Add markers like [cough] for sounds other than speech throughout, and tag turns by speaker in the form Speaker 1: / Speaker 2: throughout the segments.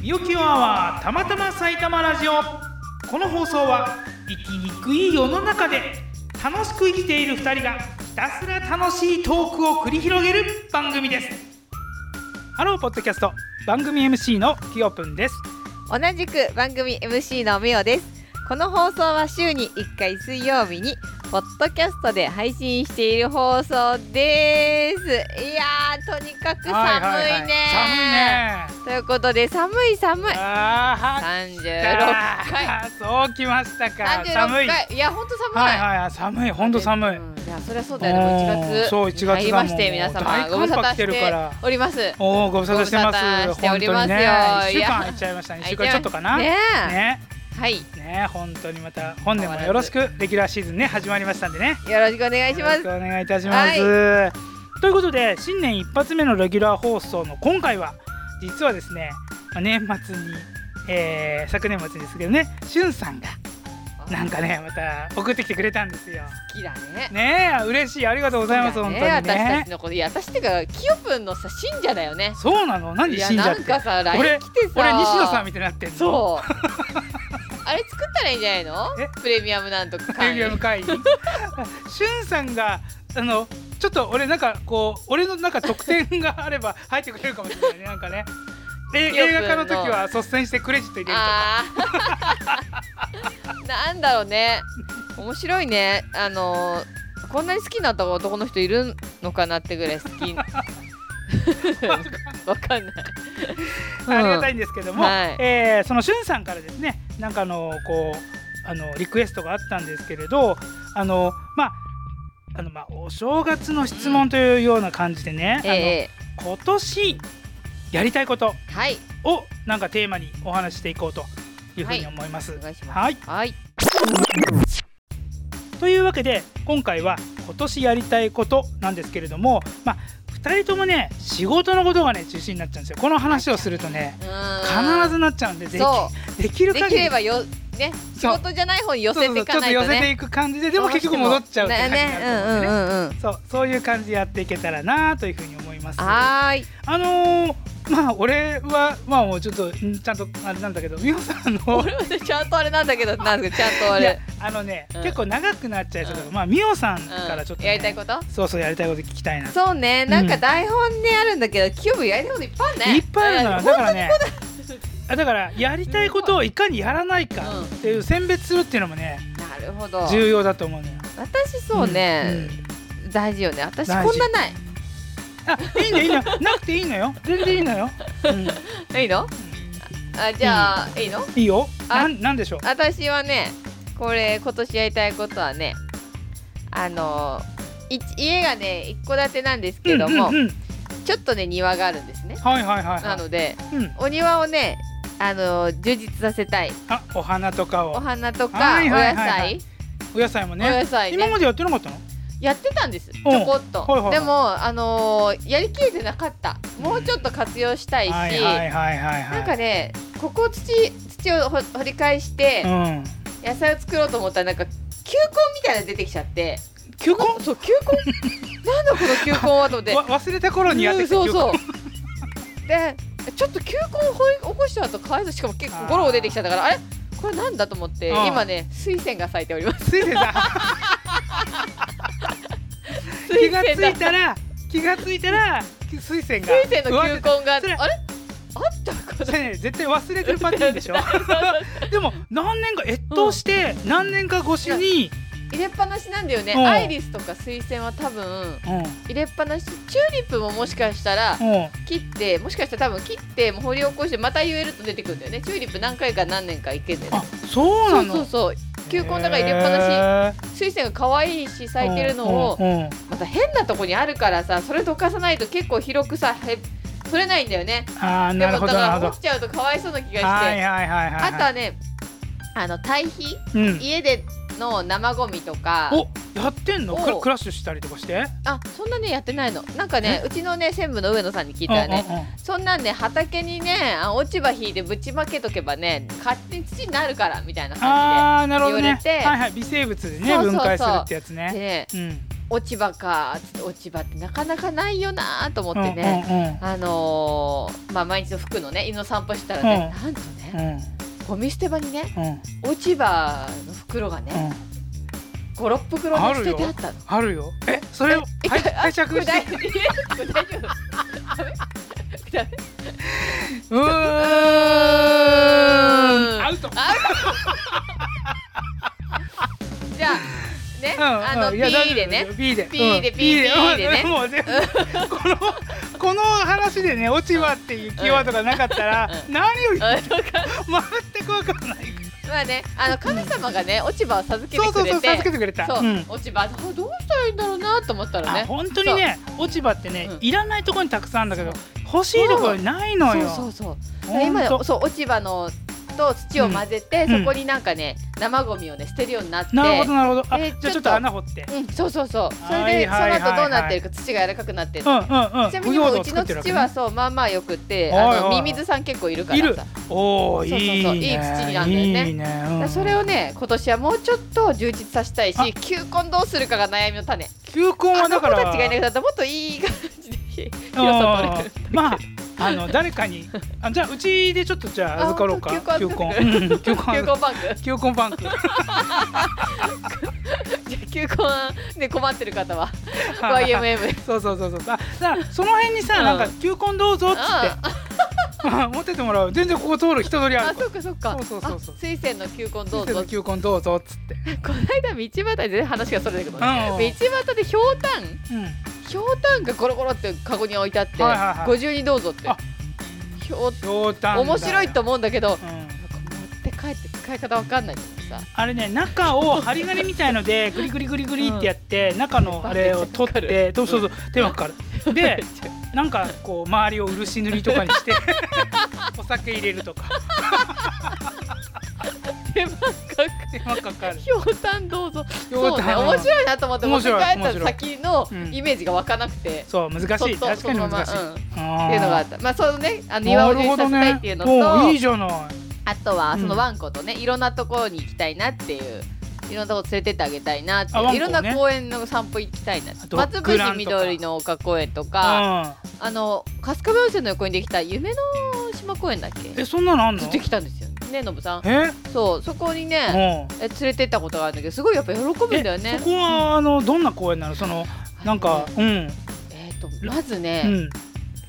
Speaker 1: ぴよきよアワーたまたま埼玉ラジオこの放送は生きにくい世の中で楽しく生きている2人がひたすら楽しいトークを繰り広げる番組ですハローポッドキャスト番組 MC のきよぷんです
Speaker 2: 同じく番組 MC のみおですこの放送は週に1回水曜日にポッドキャストで配信している放送ですいやーとにかく寒
Speaker 1: はいいはい
Speaker 2: ね
Speaker 1: 寒いね
Speaker 2: ということで寒い寒い
Speaker 1: あ
Speaker 2: 36
Speaker 1: ー
Speaker 2: 回
Speaker 1: あーそうきましたか寒
Speaker 2: 36
Speaker 1: い
Speaker 2: 回いやほんと寒い、
Speaker 1: はいはいはい寒い本当寒い、
Speaker 2: うんいやそりゃそうだよねもう1月
Speaker 1: そう1月だもん
Speaker 2: 入りまして皆様
Speaker 1: 大
Speaker 2: ご無
Speaker 1: 寒波
Speaker 2: 沙汰
Speaker 1: 来
Speaker 2: して
Speaker 1: るから
Speaker 2: ております
Speaker 1: おおご無沙汰してま
Speaker 2: ご無沙汰
Speaker 1: す
Speaker 2: しております
Speaker 1: 本当
Speaker 2: よ
Speaker 1: にね一週
Speaker 2: いや
Speaker 1: 間いっちゃいましたね一週間ちょっとかな
Speaker 2: ね
Speaker 1: ね
Speaker 2: え
Speaker 1: ね
Speaker 2: はい
Speaker 1: 本当にまた本年もよろしくレギュラーシーズンね始まりましたんでね
Speaker 2: よろしくお願いします
Speaker 1: よろしくお願いいたします、ということで新年一発目のレギュラー放送の今回は実はですねまあ年末に、えー、昨年末ですけどねしゅんさんがなんかねまた送ってきてくれたんですよ
Speaker 2: 好きだね
Speaker 1: ねえ嬉しいありがとうご
Speaker 2: ご
Speaker 1: ざいます、本当に
Speaker 2: 私た
Speaker 1: ね
Speaker 2: ちのこといや私ってかキヨプンのさ信者だよね
Speaker 1: そうなの何
Speaker 2: いや
Speaker 1: 信者
Speaker 2: な
Speaker 1: っ
Speaker 2: ん
Speaker 1: て
Speaker 2: かさ LINE
Speaker 1: 俺
Speaker 2: 来てさ
Speaker 1: 俺西野さんみたいになってんの
Speaker 2: そう [laughs] あれ作ったらいいんじゃないの
Speaker 1: え
Speaker 2: プレミアムなんとか
Speaker 1: プレミアム会員しゅんさんがあのちょっと俺なんかこう俺のなんか特典があれば入ってくれるかもしれないねなんかねえ
Speaker 2: よく
Speaker 1: 映画化の時は率先してクレジット入れるとか
Speaker 2: あ
Speaker 1: [laughs]
Speaker 2: ーなんだろうね面白いねあのーこんなに好きな男の人いるのかなってぐらい好きわか
Speaker 1: [laughs]
Speaker 2: んない
Speaker 1: ありがた
Speaker 2: い、
Speaker 1: いんですけども、
Speaker 2: はい
Speaker 1: えーそのしゅんさんからですねなんかあのこうあのリクエストがあったんですけれどあのまああのまあお正月の質問というような感じでね、
Speaker 2: うんえ
Speaker 1: あの今年やりたいこと
Speaker 2: えはい
Speaker 1: をなんかテーマにお話ししていこうというふうに思います。
Speaker 2: お願いします
Speaker 1: はい
Speaker 2: はい
Speaker 1: というわけで今回は今年やりたいことなんですけれども、まあ、2人ともね仕事のことがね中心になっちゃうんですよこの話をするとね必ずなっちゃうんでで
Speaker 2: そ
Speaker 1: きでき
Speaker 2: う
Speaker 1: る
Speaker 2: で
Speaker 1: 限
Speaker 2: き
Speaker 1: り
Speaker 2: ればよね仕
Speaker 1: そう
Speaker 2: 事じゃない方に寄
Speaker 1: そう
Speaker 2: せ
Speaker 1: そう
Speaker 2: ていかない
Speaker 1: ちょ
Speaker 2: と
Speaker 1: っと寄せて
Speaker 2: ね
Speaker 1: いく感じででも結局戻っちゃうって感じになると思うんでね
Speaker 2: ねねうんうんうん
Speaker 1: そうそういう感じでやっていけたらなというふうに思います。
Speaker 2: はーい
Speaker 1: あのーまあ俺はまあもうちょっとんちゃんとあれなんだけど美穂さんの
Speaker 2: 俺もねちゃんとあれなんだけどなんですけどちゃんとあ
Speaker 1: いや
Speaker 2: れ、
Speaker 1: あのね、
Speaker 2: うん
Speaker 1: 結構長くなっちゃいそうだけど、
Speaker 2: う
Speaker 1: まあ美穂さん
Speaker 2: うん
Speaker 1: からちょっとね、
Speaker 2: やりたいこと
Speaker 1: そうそうやりたいこと聞きたいな
Speaker 2: そうねなんか台本ねあるんだけどキューブやりたいこといっぱいあるね
Speaker 1: いっぱいあるのよ
Speaker 2: うん
Speaker 1: だからねあだからやりたいことをいかにやらないかっていう選別するっていうのもね
Speaker 2: なるほど
Speaker 1: 重要だと思うのよ
Speaker 2: 私そうね、大事よね私
Speaker 1: 大事
Speaker 2: こんなない
Speaker 1: うんあいいのいいのなくていいのよ全然いいのよ、うん
Speaker 2: いいのあじゃあ、いいの
Speaker 1: いいよ
Speaker 2: [laughs] あ
Speaker 1: なんなんでしょう
Speaker 2: 私はねこれ今年やりたいことはねあのい家がね一戸建てなんですけども、
Speaker 1: うんうんうん、
Speaker 2: ちょっとね庭があるんですね
Speaker 1: はいはいはい
Speaker 2: な
Speaker 1: は
Speaker 2: ので
Speaker 1: い、うん、
Speaker 2: お庭をねあの充実させたい
Speaker 1: あお花とか
Speaker 2: お
Speaker 1: を
Speaker 2: 花とか、
Speaker 1: はいはいはいはい
Speaker 2: お野菜
Speaker 1: お野菜も
Speaker 2: お
Speaker 1: ね
Speaker 2: 野菜ね
Speaker 1: 今までやってなかったの
Speaker 2: やってたんですちょこっと、
Speaker 1: はいはい
Speaker 2: でもあのーやりきれてなかったもうちょっと活用したいし、
Speaker 1: はいはいはいはいはい
Speaker 2: なんかねここ土土を掘掘り返して
Speaker 1: うん
Speaker 2: 野菜を作ろうと思ったらなんか球根みたいなの出てきちゃって
Speaker 1: 球根
Speaker 2: そう
Speaker 1: [laughs]
Speaker 2: 球根なんだこの球根はと思って
Speaker 1: わ忘れた頃にやってきた
Speaker 2: うんそう
Speaker 1: 球根
Speaker 2: そうでちょっと球根を掘り起こした後かわいそうしかも結構ゴロゴロ出てきちゃったからあれこれなんだと思って
Speaker 1: うん
Speaker 2: 今ね水仙が咲いてお
Speaker 1: [laughs]
Speaker 2: ります
Speaker 1: ついてた気
Speaker 2: [laughs] 水
Speaker 1: がつ
Speaker 2: 仙
Speaker 1: い
Speaker 2: だ
Speaker 1: たら気がついたら水仙が
Speaker 2: 水仙の
Speaker 1: 上
Speaker 2: 球
Speaker 1: 手
Speaker 2: 根があ
Speaker 1: そ
Speaker 2: れ
Speaker 1: れ
Speaker 2: あったか
Speaker 1: そ
Speaker 2: な
Speaker 1: れね絶対忘れてるパターンで
Speaker 2: [laughs]
Speaker 1: しょでも何年か越冬して何年か越しに、
Speaker 2: 入れっぱなしなんだよね、
Speaker 1: うん
Speaker 2: アイリスとか水仙は多分
Speaker 1: うん
Speaker 2: 入れっぱなしチューリップももしかしたら
Speaker 1: うん
Speaker 2: 切ってもしかしたら多分切ってもう掘り起こしてまた植えると出てくるんだよねチューリップ何回か何年かいけんだよ
Speaker 1: あ
Speaker 2: ね
Speaker 1: そう
Speaker 2: そ
Speaker 1: な
Speaker 2: うそう
Speaker 1: の
Speaker 2: そう球根だから入れっぱなし
Speaker 1: なし
Speaker 2: 水仙が可愛いし咲いてるのを
Speaker 1: うんうんうん
Speaker 2: また変なとこにあるからさそれどかさないと結構広くさへ取れないんだよね
Speaker 1: あーなるほど
Speaker 2: でもだ
Speaker 1: なるほ
Speaker 2: から
Speaker 1: ど
Speaker 2: 落ちちゃうとかわいそうな気がして、
Speaker 1: はいはいはいはい
Speaker 2: あとはねあの堆肥
Speaker 1: うん
Speaker 2: 家での生ゴミとか
Speaker 1: おやってんのクラ
Speaker 2: お
Speaker 1: クラッシュしたりとかして
Speaker 2: あそんなねやってないのなんかねうちのね専務の上野さんに聞いたらね、
Speaker 1: うんうんうん
Speaker 2: そんなんね畑にねあ落ち葉引いてぶちまけとけばね勝手に土になるからみたいな感
Speaker 1: あーなるほどね
Speaker 2: 言われて
Speaker 1: はいはい微生物でね
Speaker 2: そうそうそう
Speaker 1: 分解するってやつ
Speaker 2: じでで
Speaker 1: ね
Speaker 2: ね
Speaker 1: うん
Speaker 2: 落ち葉かちょっと落ち葉ってなかなかないよなと思ってね、
Speaker 1: ね
Speaker 2: あのーまあ、毎日の服のね犬の散歩してたらね、なんと
Speaker 1: う
Speaker 2: ね
Speaker 1: んうん
Speaker 2: ゴミ捨て場にね
Speaker 1: うん
Speaker 2: 落ち葉の袋が
Speaker 1: う
Speaker 2: ね
Speaker 1: ん
Speaker 2: 56袋が捨ててあったの。
Speaker 1: あるよえそれをはい
Speaker 2: あ
Speaker 1: 拝借して
Speaker 2: 大丈夫大丈夫ダメ
Speaker 1: うーんアウト
Speaker 2: じゃあね、あの
Speaker 1: いや大丈夫
Speaker 2: P でね
Speaker 1: P で
Speaker 2: P で
Speaker 1: うん
Speaker 2: P で P でね
Speaker 1: もう全部このこの話でね落ち葉っていうキーワードがなかったら
Speaker 2: うん
Speaker 1: 何より
Speaker 2: あそうか
Speaker 1: 全くわからない
Speaker 2: まあねあの神様がね落ち葉を授け
Speaker 1: そ
Speaker 2: て
Speaker 1: うそ
Speaker 2: く
Speaker 1: うそ
Speaker 2: れ
Speaker 1: う助け
Speaker 2: て
Speaker 1: てくれた
Speaker 2: そう、
Speaker 1: ん
Speaker 2: 落ち葉あどうしたらいいんだろうなと思ったら
Speaker 1: あ
Speaker 2: ね
Speaker 1: 本当にね落ち葉ってね
Speaker 2: うん
Speaker 1: いらないところにたくさんあるんだけど
Speaker 2: そ
Speaker 1: 欲しいところにないの
Speaker 2: そう
Speaker 1: よ
Speaker 2: そうそう
Speaker 1: ほんと
Speaker 2: 今そう落ち葉のと土を混ぜて、
Speaker 1: うん
Speaker 2: そこになんかね生ゴミをね捨てるようになって
Speaker 1: なるほどなるほどあ
Speaker 2: で
Speaker 1: じゃあち
Speaker 2: ちょ
Speaker 1: ょっ
Speaker 2: っと
Speaker 1: と穴掘って
Speaker 2: うん、そうそうそうそ
Speaker 1: は
Speaker 2: れで、
Speaker 1: いはいはいはい
Speaker 2: その後どうなってるか土が柔らかくなってる
Speaker 1: うんうんうん
Speaker 2: ちなみにもううちの土は
Speaker 1: 腐葉土を作ってるわけね
Speaker 2: そうまあまあよくって、
Speaker 1: はい
Speaker 2: あの
Speaker 1: はい
Speaker 2: ミミズさん結構いるから
Speaker 1: い
Speaker 2: さ
Speaker 1: るおおいい
Speaker 2: そうそうそう
Speaker 1: ね
Speaker 2: いい土になるんだよね
Speaker 1: いいね
Speaker 2: だか
Speaker 1: う
Speaker 2: ら
Speaker 1: ん
Speaker 2: それをね今年はもうちょっと充実させたいし
Speaker 1: あ
Speaker 2: 球根どうするかが悩みの種
Speaker 1: 球根
Speaker 2: あ
Speaker 1: は
Speaker 2: の
Speaker 1: だ
Speaker 2: 子
Speaker 1: から
Speaker 2: たちがいなくなったらもっといい感じで広
Speaker 1: うん
Speaker 2: さ取れる
Speaker 1: まああの誰かにあじゃあうちでちょっとじゃあ預かろうか
Speaker 2: あ
Speaker 1: 球
Speaker 2: 本当
Speaker 1: 根うん球
Speaker 2: [laughs] 球根
Speaker 1: 根
Speaker 2: バンク
Speaker 1: 球根バンク
Speaker 2: じゃあ球根で困ってる方は YMM
Speaker 1: [laughs] そうそうそうそうあだからその辺にさ
Speaker 2: うん
Speaker 1: なんか球根どうぞっつ
Speaker 2: あ
Speaker 1: って [laughs] 持ってってもらう全然ここ通る人通りあ
Speaker 2: あ
Speaker 1: るか
Speaker 2: そ
Speaker 1: ら
Speaker 2: っかそっか
Speaker 1: そうそうそうそう
Speaker 2: あ水仙の球根どう
Speaker 1: 先生
Speaker 2: ぞ
Speaker 1: の球根どうぞっつって
Speaker 2: この間道端で全然話がそれだけど、ね
Speaker 1: うん
Speaker 2: 道端でひょうた
Speaker 1: う
Speaker 2: ん
Speaker 1: ん
Speaker 2: ひょうたんがゴロゴロってカゴに置いてあって、
Speaker 1: はいはいはい
Speaker 2: ご自由にどうぞって
Speaker 1: あ
Speaker 2: ひょう
Speaker 1: 冗談だよ
Speaker 2: 面白いと思うんだけどなんか
Speaker 1: うん
Speaker 2: 持って帰って使い方わかんないからさ
Speaker 1: あれね中を針金みたいのでグリグリグリグリってやって中のあれを取っ
Speaker 2: めっ
Speaker 1: て
Speaker 2: ち
Speaker 1: そうそうそう手間かかる
Speaker 2: [laughs]
Speaker 1: でなんかこう周りを漆塗りとかにして [laughs] お酒入れるとか
Speaker 2: 手間か
Speaker 1: 手間かかる
Speaker 2: くひょうたんどうぞ
Speaker 1: ひょ
Speaker 2: そううね
Speaker 1: たん
Speaker 2: 面白いなと思って持
Speaker 1: 面
Speaker 2: って帰
Speaker 1: 白い
Speaker 2: った先の
Speaker 1: 面白い
Speaker 2: イメージがわかなくて、
Speaker 1: そう難しい
Speaker 2: そっと
Speaker 1: 確かに難しい
Speaker 2: そのままう
Speaker 1: っ
Speaker 2: んっていうのがあったまあそのねあの庭を充実させたいっていうのと、
Speaker 1: いいじゃない
Speaker 2: あとは
Speaker 1: うん
Speaker 2: そのワンコとね、いろんなところに行きたいなっていういろんなところ連れてってあげたいなってい
Speaker 1: あ
Speaker 2: う、
Speaker 1: ワンコね
Speaker 2: いろんな公園の散歩行きたいな
Speaker 1: あと
Speaker 2: 松
Speaker 1: ドッグランと
Speaker 2: 伏
Speaker 1: か
Speaker 2: 緑の丘公園とか
Speaker 1: う
Speaker 2: あの春日部温泉の横にできた夢の島公園だっ
Speaker 1: ん
Speaker 2: け
Speaker 1: えそんなのあんの
Speaker 2: できたんですよねのぶさん
Speaker 1: え
Speaker 2: そうそこに
Speaker 1: う
Speaker 2: ね
Speaker 1: ん
Speaker 2: え連れてったことがあるんだけどすごいやっぱ喜ぶんだよ
Speaker 1: え
Speaker 2: ね
Speaker 1: そこはあのどんな公園なのそのなんかうん
Speaker 2: えっとまず
Speaker 1: う
Speaker 2: ね、
Speaker 1: ん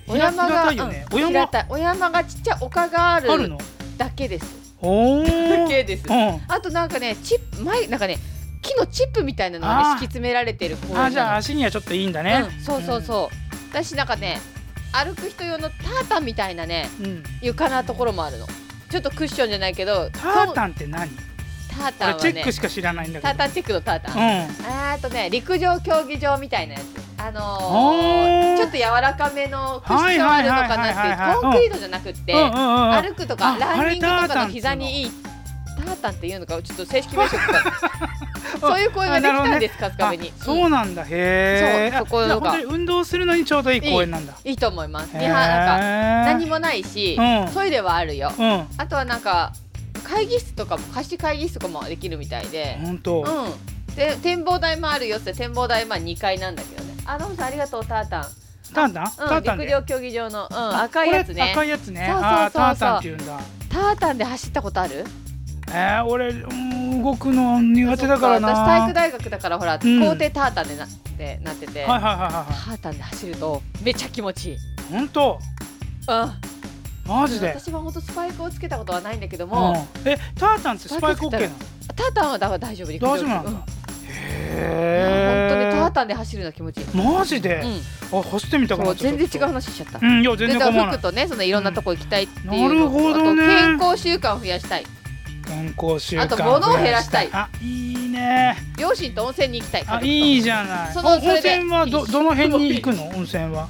Speaker 2: お山
Speaker 1: 平
Speaker 2: が
Speaker 1: たいよね
Speaker 2: うん
Speaker 1: お山
Speaker 2: 平たいお山がちっちゃい丘があ
Speaker 1: ある
Speaker 2: る
Speaker 1: の
Speaker 2: だけです
Speaker 1: おお
Speaker 2: [laughs] だけです
Speaker 1: うん
Speaker 2: あとなんかねチップ前なんかね木のチップみたいなのがね
Speaker 1: あー
Speaker 2: 敷き詰められてる公園なの
Speaker 1: あじゃあ足にはちょっといいんだね。
Speaker 2: うん、そうそうそう、だしなんかね歩く人用のタータンみたいなね
Speaker 1: うん。
Speaker 2: 床なところもあるのちょっとクッションじゃないけど
Speaker 1: ター
Speaker 2: ン
Speaker 1: タンって何？
Speaker 2: タータ
Speaker 1: 俺
Speaker 2: ンは
Speaker 1: チ
Speaker 2: ね
Speaker 1: ェックしか知らないんだ
Speaker 2: ター
Speaker 1: け
Speaker 2: タンチェックのタータ
Speaker 1: ど。う
Speaker 2: ン、
Speaker 1: ん。
Speaker 2: あーとね陸上競技場みたいなやつあ
Speaker 1: お
Speaker 2: のー
Speaker 1: ー
Speaker 2: ちょっと柔らかめのクッションあるのか
Speaker 1: はいはいはいはい
Speaker 2: な
Speaker 1: はい
Speaker 2: ってコンクリートじゃなくって、
Speaker 1: うんうんうん。
Speaker 2: 歩くとか
Speaker 1: あ
Speaker 2: ランニングと
Speaker 1: あれタータ
Speaker 2: か
Speaker 1: ンっていう
Speaker 2: の
Speaker 1: の
Speaker 2: 膝にいいタータンっていうのかちょっと正式名
Speaker 1: [laughs]
Speaker 2: 称かそういう公園ができたんです春日
Speaker 1: あ
Speaker 2: 部に、うん
Speaker 1: そうなんだ。へえ。
Speaker 2: そうそこの
Speaker 1: あじゃあ
Speaker 2: が
Speaker 1: 本当に運動するのにちょうどいい公園なんだ。
Speaker 2: いいと思います
Speaker 1: へ
Speaker 2: ではなんか何
Speaker 1: も。
Speaker 2: もないし、
Speaker 1: うん
Speaker 2: トイレはあるよ
Speaker 1: うん。
Speaker 2: あとはなんか会議室とかも貸し会議室とかもできるみたいで、
Speaker 1: 本
Speaker 2: う
Speaker 1: 当。
Speaker 2: ん、で展望台もあるよって展望台まあ2階なんだけどねあノムさんありがとうタータン、
Speaker 1: タータン？タ
Speaker 2: うん、
Speaker 1: ータン
Speaker 2: 陸
Speaker 1: で。
Speaker 2: 上競技場の、うん、赤いやつ
Speaker 1: これ
Speaker 2: ね
Speaker 1: 赤いやつね。
Speaker 2: そうそうそうそう
Speaker 1: あータータンって言うんだ。
Speaker 2: タータンで走ったことある
Speaker 1: えー、俺うん動くの苦手だからな。
Speaker 2: そっ私体育大学だからほら、
Speaker 1: うん
Speaker 2: 校庭タータンでなってなってて、
Speaker 1: はいはいはいはい
Speaker 2: タ
Speaker 1: は
Speaker 2: ータンで走るとめっちゃ気持ちいい。うん
Speaker 1: い。本当。マジで。
Speaker 2: 私は本当スパイクをつけたことはないんだけども、
Speaker 1: うん。えタータンってスパイクオッケーなの？
Speaker 2: タータンはだから大丈夫陸上
Speaker 1: 大丈夫なんだ
Speaker 2: うん
Speaker 1: へ
Speaker 2: 本当
Speaker 1: え。
Speaker 2: にタータンで走るのは気持ちいい。
Speaker 1: マジで、
Speaker 2: う
Speaker 1: あ走ってみた
Speaker 2: ん、
Speaker 1: く
Speaker 2: そ
Speaker 1: な
Speaker 2: う
Speaker 1: っちゃ
Speaker 2: 全
Speaker 1: った
Speaker 2: 然違う話しちゃった。
Speaker 1: うんいや全
Speaker 2: で
Speaker 1: 然
Speaker 2: だか
Speaker 1: 構
Speaker 2: ら
Speaker 1: わない
Speaker 2: 服とねそのいろんなとこ行きたいっていう
Speaker 1: な
Speaker 2: の
Speaker 1: る
Speaker 2: と、
Speaker 1: ほどね
Speaker 2: あと健康習慣を増やしたい
Speaker 1: 健康習慣
Speaker 2: あと物を減らしたい
Speaker 1: あいいね
Speaker 2: 両親と温泉に行きたい
Speaker 1: あ
Speaker 2: い
Speaker 1: いいじゃない
Speaker 2: そ
Speaker 1: お
Speaker 2: のそ
Speaker 1: 温
Speaker 2: れで
Speaker 1: 泉はどどの辺に行くの温泉は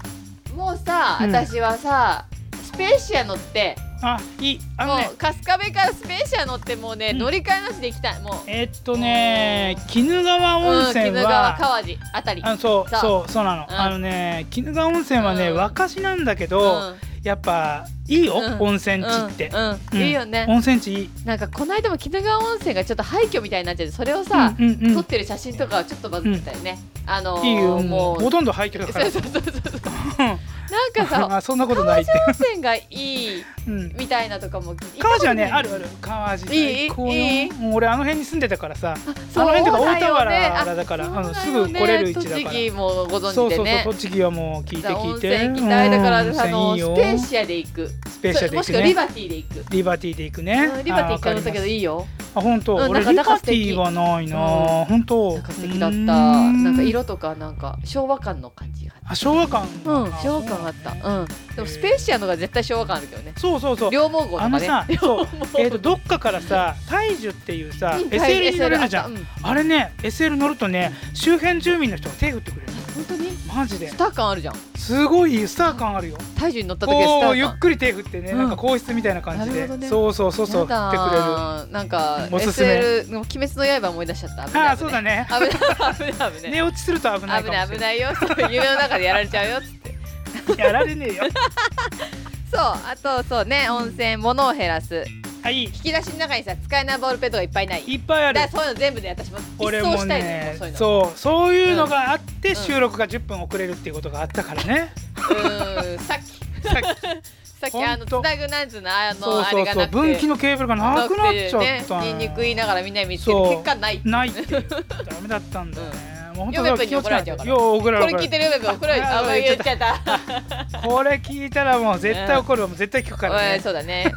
Speaker 2: もうさ、
Speaker 1: うん
Speaker 2: 私はさスペーシア乗って
Speaker 1: あいいあ
Speaker 2: も
Speaker 1: のね
Speaker 2: う春日部からスペーシア乗ってもうね、
Speaker 1: うん
Speaker 2: 乗り換えなしで行きたいもう
Speaker 1: えっとね鬼怒川温
Speaker 2: うん鬼
Speaker 1: 泉
Speaker 2: 怒川
Speaker 1: は、
Speaker 2: 川路あたり
Speaker 1: あそう
Speaker 2: そう
Speaker 1: そうそうなの、
Speaker 2: うん
Speaker 1: あのね鬼怒川温泉はね、
Speaker 2: うん
Speaker 1: 若しなんだけ
Speaker 2: う
Speaker 1: ど、
Speaker 2: ん
Speaker 1: やっぱいいよ、
Speaker 2: うん
Speaker 1: 温泉地って、
Speaker 2: うん、うん
Speaker 1: うん
Speaker 2: いいよね、
Speaker 1: 温泉地いい
Speaker 2: なんかこの間も鬼怒川温泉がちょっと廃墟みたいになっちゃってそれをさ、
Speaker 1: うんうんうん
Speaker 2: 撮ってる写真とかはちょっとバズってたよね、あのー
Speaker 1: いいよも
Speaker 2: も
Speaker 1: う
Speaker 2: う
Speaker 1: ほとんど廃墟だか
Speaker 2: そうそうそうそう
Speaker 1: [laughs] ら
Speaker 2: なんかさ
Speaker 1: [laughs] あそんなことないって、
Speaker 2: 温泉がいい
Speaker 1: うん、
Speaker 2: みたいなとかも
Speaker 1: 川じゃね
Speaker 2: 行った
Speaker 1: あるある川路
Speaker 2: い
Speaker 1: 最
Speaker 2: い
Speaker 1: 高よ
Speaker 2: いい
Speaker 1: もう俺あの辺に住んでたからさ
Speaker 2: ことない
Speaker 1: あの辺とか
Speaker 2: そう
Speaker 1: 大田
Speaker 2: だよね
Speaker 1: 原だからあのすぐ来れる位置だから
Speaker 2: 栃木もご存
Speaker 1: そう
Speaker 2: 知
Speaker 1: そ
Speaker 2: で
Speaker 1: うそう
Speaker 2: ね
Speaker 1: 栃木はもう聞いて
Speaker 2: だから
Speaker 1: 聞
Speaker 2: 温
Speaker 1: いて
Speaker 2: 泉行きたいだからあ
Speaker 1: うん
Speaker 2: の
Speaker 1: 温泉いい
Speaker 2: ス
Speaker 1: よ
Speaker 2: ペーシアで行く
Speaker 1: スペーシャルで
Speaker 2: も
Speaker 1: 行
Speaker 2: し
Speaker 1: く
Speaker 2: くは
Speaker 1: ね
Speaker 2: リバティで行く
Speaker 1: リバティで行く
Speaker 2: う
Speaker 1: ね
Speaker 2: んリバティ行った
Speaker 1: あ
Speaker 2: ん
Speaker 1: わか
Speaker 2: だ
Speaker 1: り
Speaker 2: け
Speaker 1: ま
Speaker 2: ど
Speaker 1: す
Speaker 2: いいよ
Speaker 1: あ本当
Speaker 2: うん
Speaker 1: 俺
Speaker 2: な
Speaker 1: リ
Speaker 2: んか
Speaker 1: バティはないな
Speaker 2: う
Speaker 1: 本当
Speaker 2: なんか素敵だったなんか色とかなんか昭和感の感じがあっ
Speaker 1: あ昭和感
Speaker 2: たうん昭和感があったうんでもスペーシアのが絶対昭和感あるけどね
Speaker 1: そうそうそう
Speaker 2: 両毛号と
Speaker 1: あ
Speaker 2: か
Speaker 1: の
Speaker 2: ね
Speaker 1: さそうえっとどっかからさ大樹っていうさ SL に乗れるじゃん
Speaker 2: ん
Speaker 1: あれね SL 乗るとね周辺住民の人が手振ってくれる
Speaker 2: 本当に
Speaker 1: マジで
Speaker 2: スター感あるじゃん
Speaker 1: すごいスター感あるよ
Speaker 2: 体重に乗った時はスタ
Speaker 1: こうゆ
Speaker 2: ー
Speaker 1: っ
Speaker 2: 感
Speaker 1: くり手振ってね
Speaker 2: うん
Speaker 1: なんか皇室みたいな感じ
Speaker 2: なる
Speaker 1: で
Speaker 2: ほどね
Speaker 1: そうそうそうそう振
Speaker 2: や
Speaker 1: ってくれるあ
Speaker 2: だなんか
Speaker 1: おすすめ
Speaker 2: SL の「鬼滅の刃」思い出しちゃった危ない
Speaker 1: あーそうだね
Speaker 2: 危ない危ない危ない
Speaker 1: 寝落ちすると危ない
Speaker 2: 危
Speaker 1: かもしれな
Speaker 2: ないい危ないよそう夢の中でやられちゃうよつって
Speaker 1: やられねえ
Speaker 2: [laughs]
Speaker 1: よ。
Speaker 2: そうあとそうね温泉物を減らす
Speaker 1: はい、
Speaker 2: 引き出しの中にさ使えないボールペンとかいっぱいない
Speaker 1: いっぱいあ
Speaker 2: だ
Speaker 1: る
Speaker 2: から。そういうの全部で私も一
Speaker 1: 俺
Speaker 2: 掃
Speaker 1: も
Speaker 2: したいね
Speaker 1: ね
Speaker 2: もう、そう
Speaker 1: そう、そういうのがあって、
Speaker 2: ん
Speaker 1: 収録が10分遅れるっていうことがあったからね。
Speaker 2: いうのうーんさっき
Speaker 1: [laughs] さっき
Speaker 2: さっきあ
Speaker 1: ほ
Speaker 2: の
Speaker 1: んと
Speaker 2: つなぐなんつうのあ
Speaker 1: そ
Speaker 2: の
Speaker 1: う
Speaker 2: あ
Speaker 1: そ
Speaker 2: れ
Speaker 1: う
Speaker 2: が
Speaker 1: そう、
Speaker 2: なくて
Speaker 1: 分岐のケーブルがなくなっちゃ
Speaker 2: ね
Speaker 1: ったの
Speaker 2: ニンニク言いながらみんなに見つけて
Speaker 1: そう
Speaker 2: 結果ない
Speaker 1: ないっていう、ダメだったんだよね。もう本当
Speaker 2: ヨ
Speaker 1: だ
Speaker 2: メペンに
Speaker 1: 気をつけない
Speaker 2: 怒られちゃうか
Speaker 1: と。
Speaker 2: ら
Speaker 1: よう怒ら
Speaker 2: こ
Speaker 1: れ
Speaker 2: れ
Speaker 1: る
Speaker 2: 聞いてるよめくんこれあ
Speaker 1: あー
Speaker 2: 言っちゃった
Speaker 1: これ聞いたらもう絶対怒るわもう絶対聞くから
Speaker 2: うん
Speaker 1: ね。 [laughs]
Speaker 2: そうだね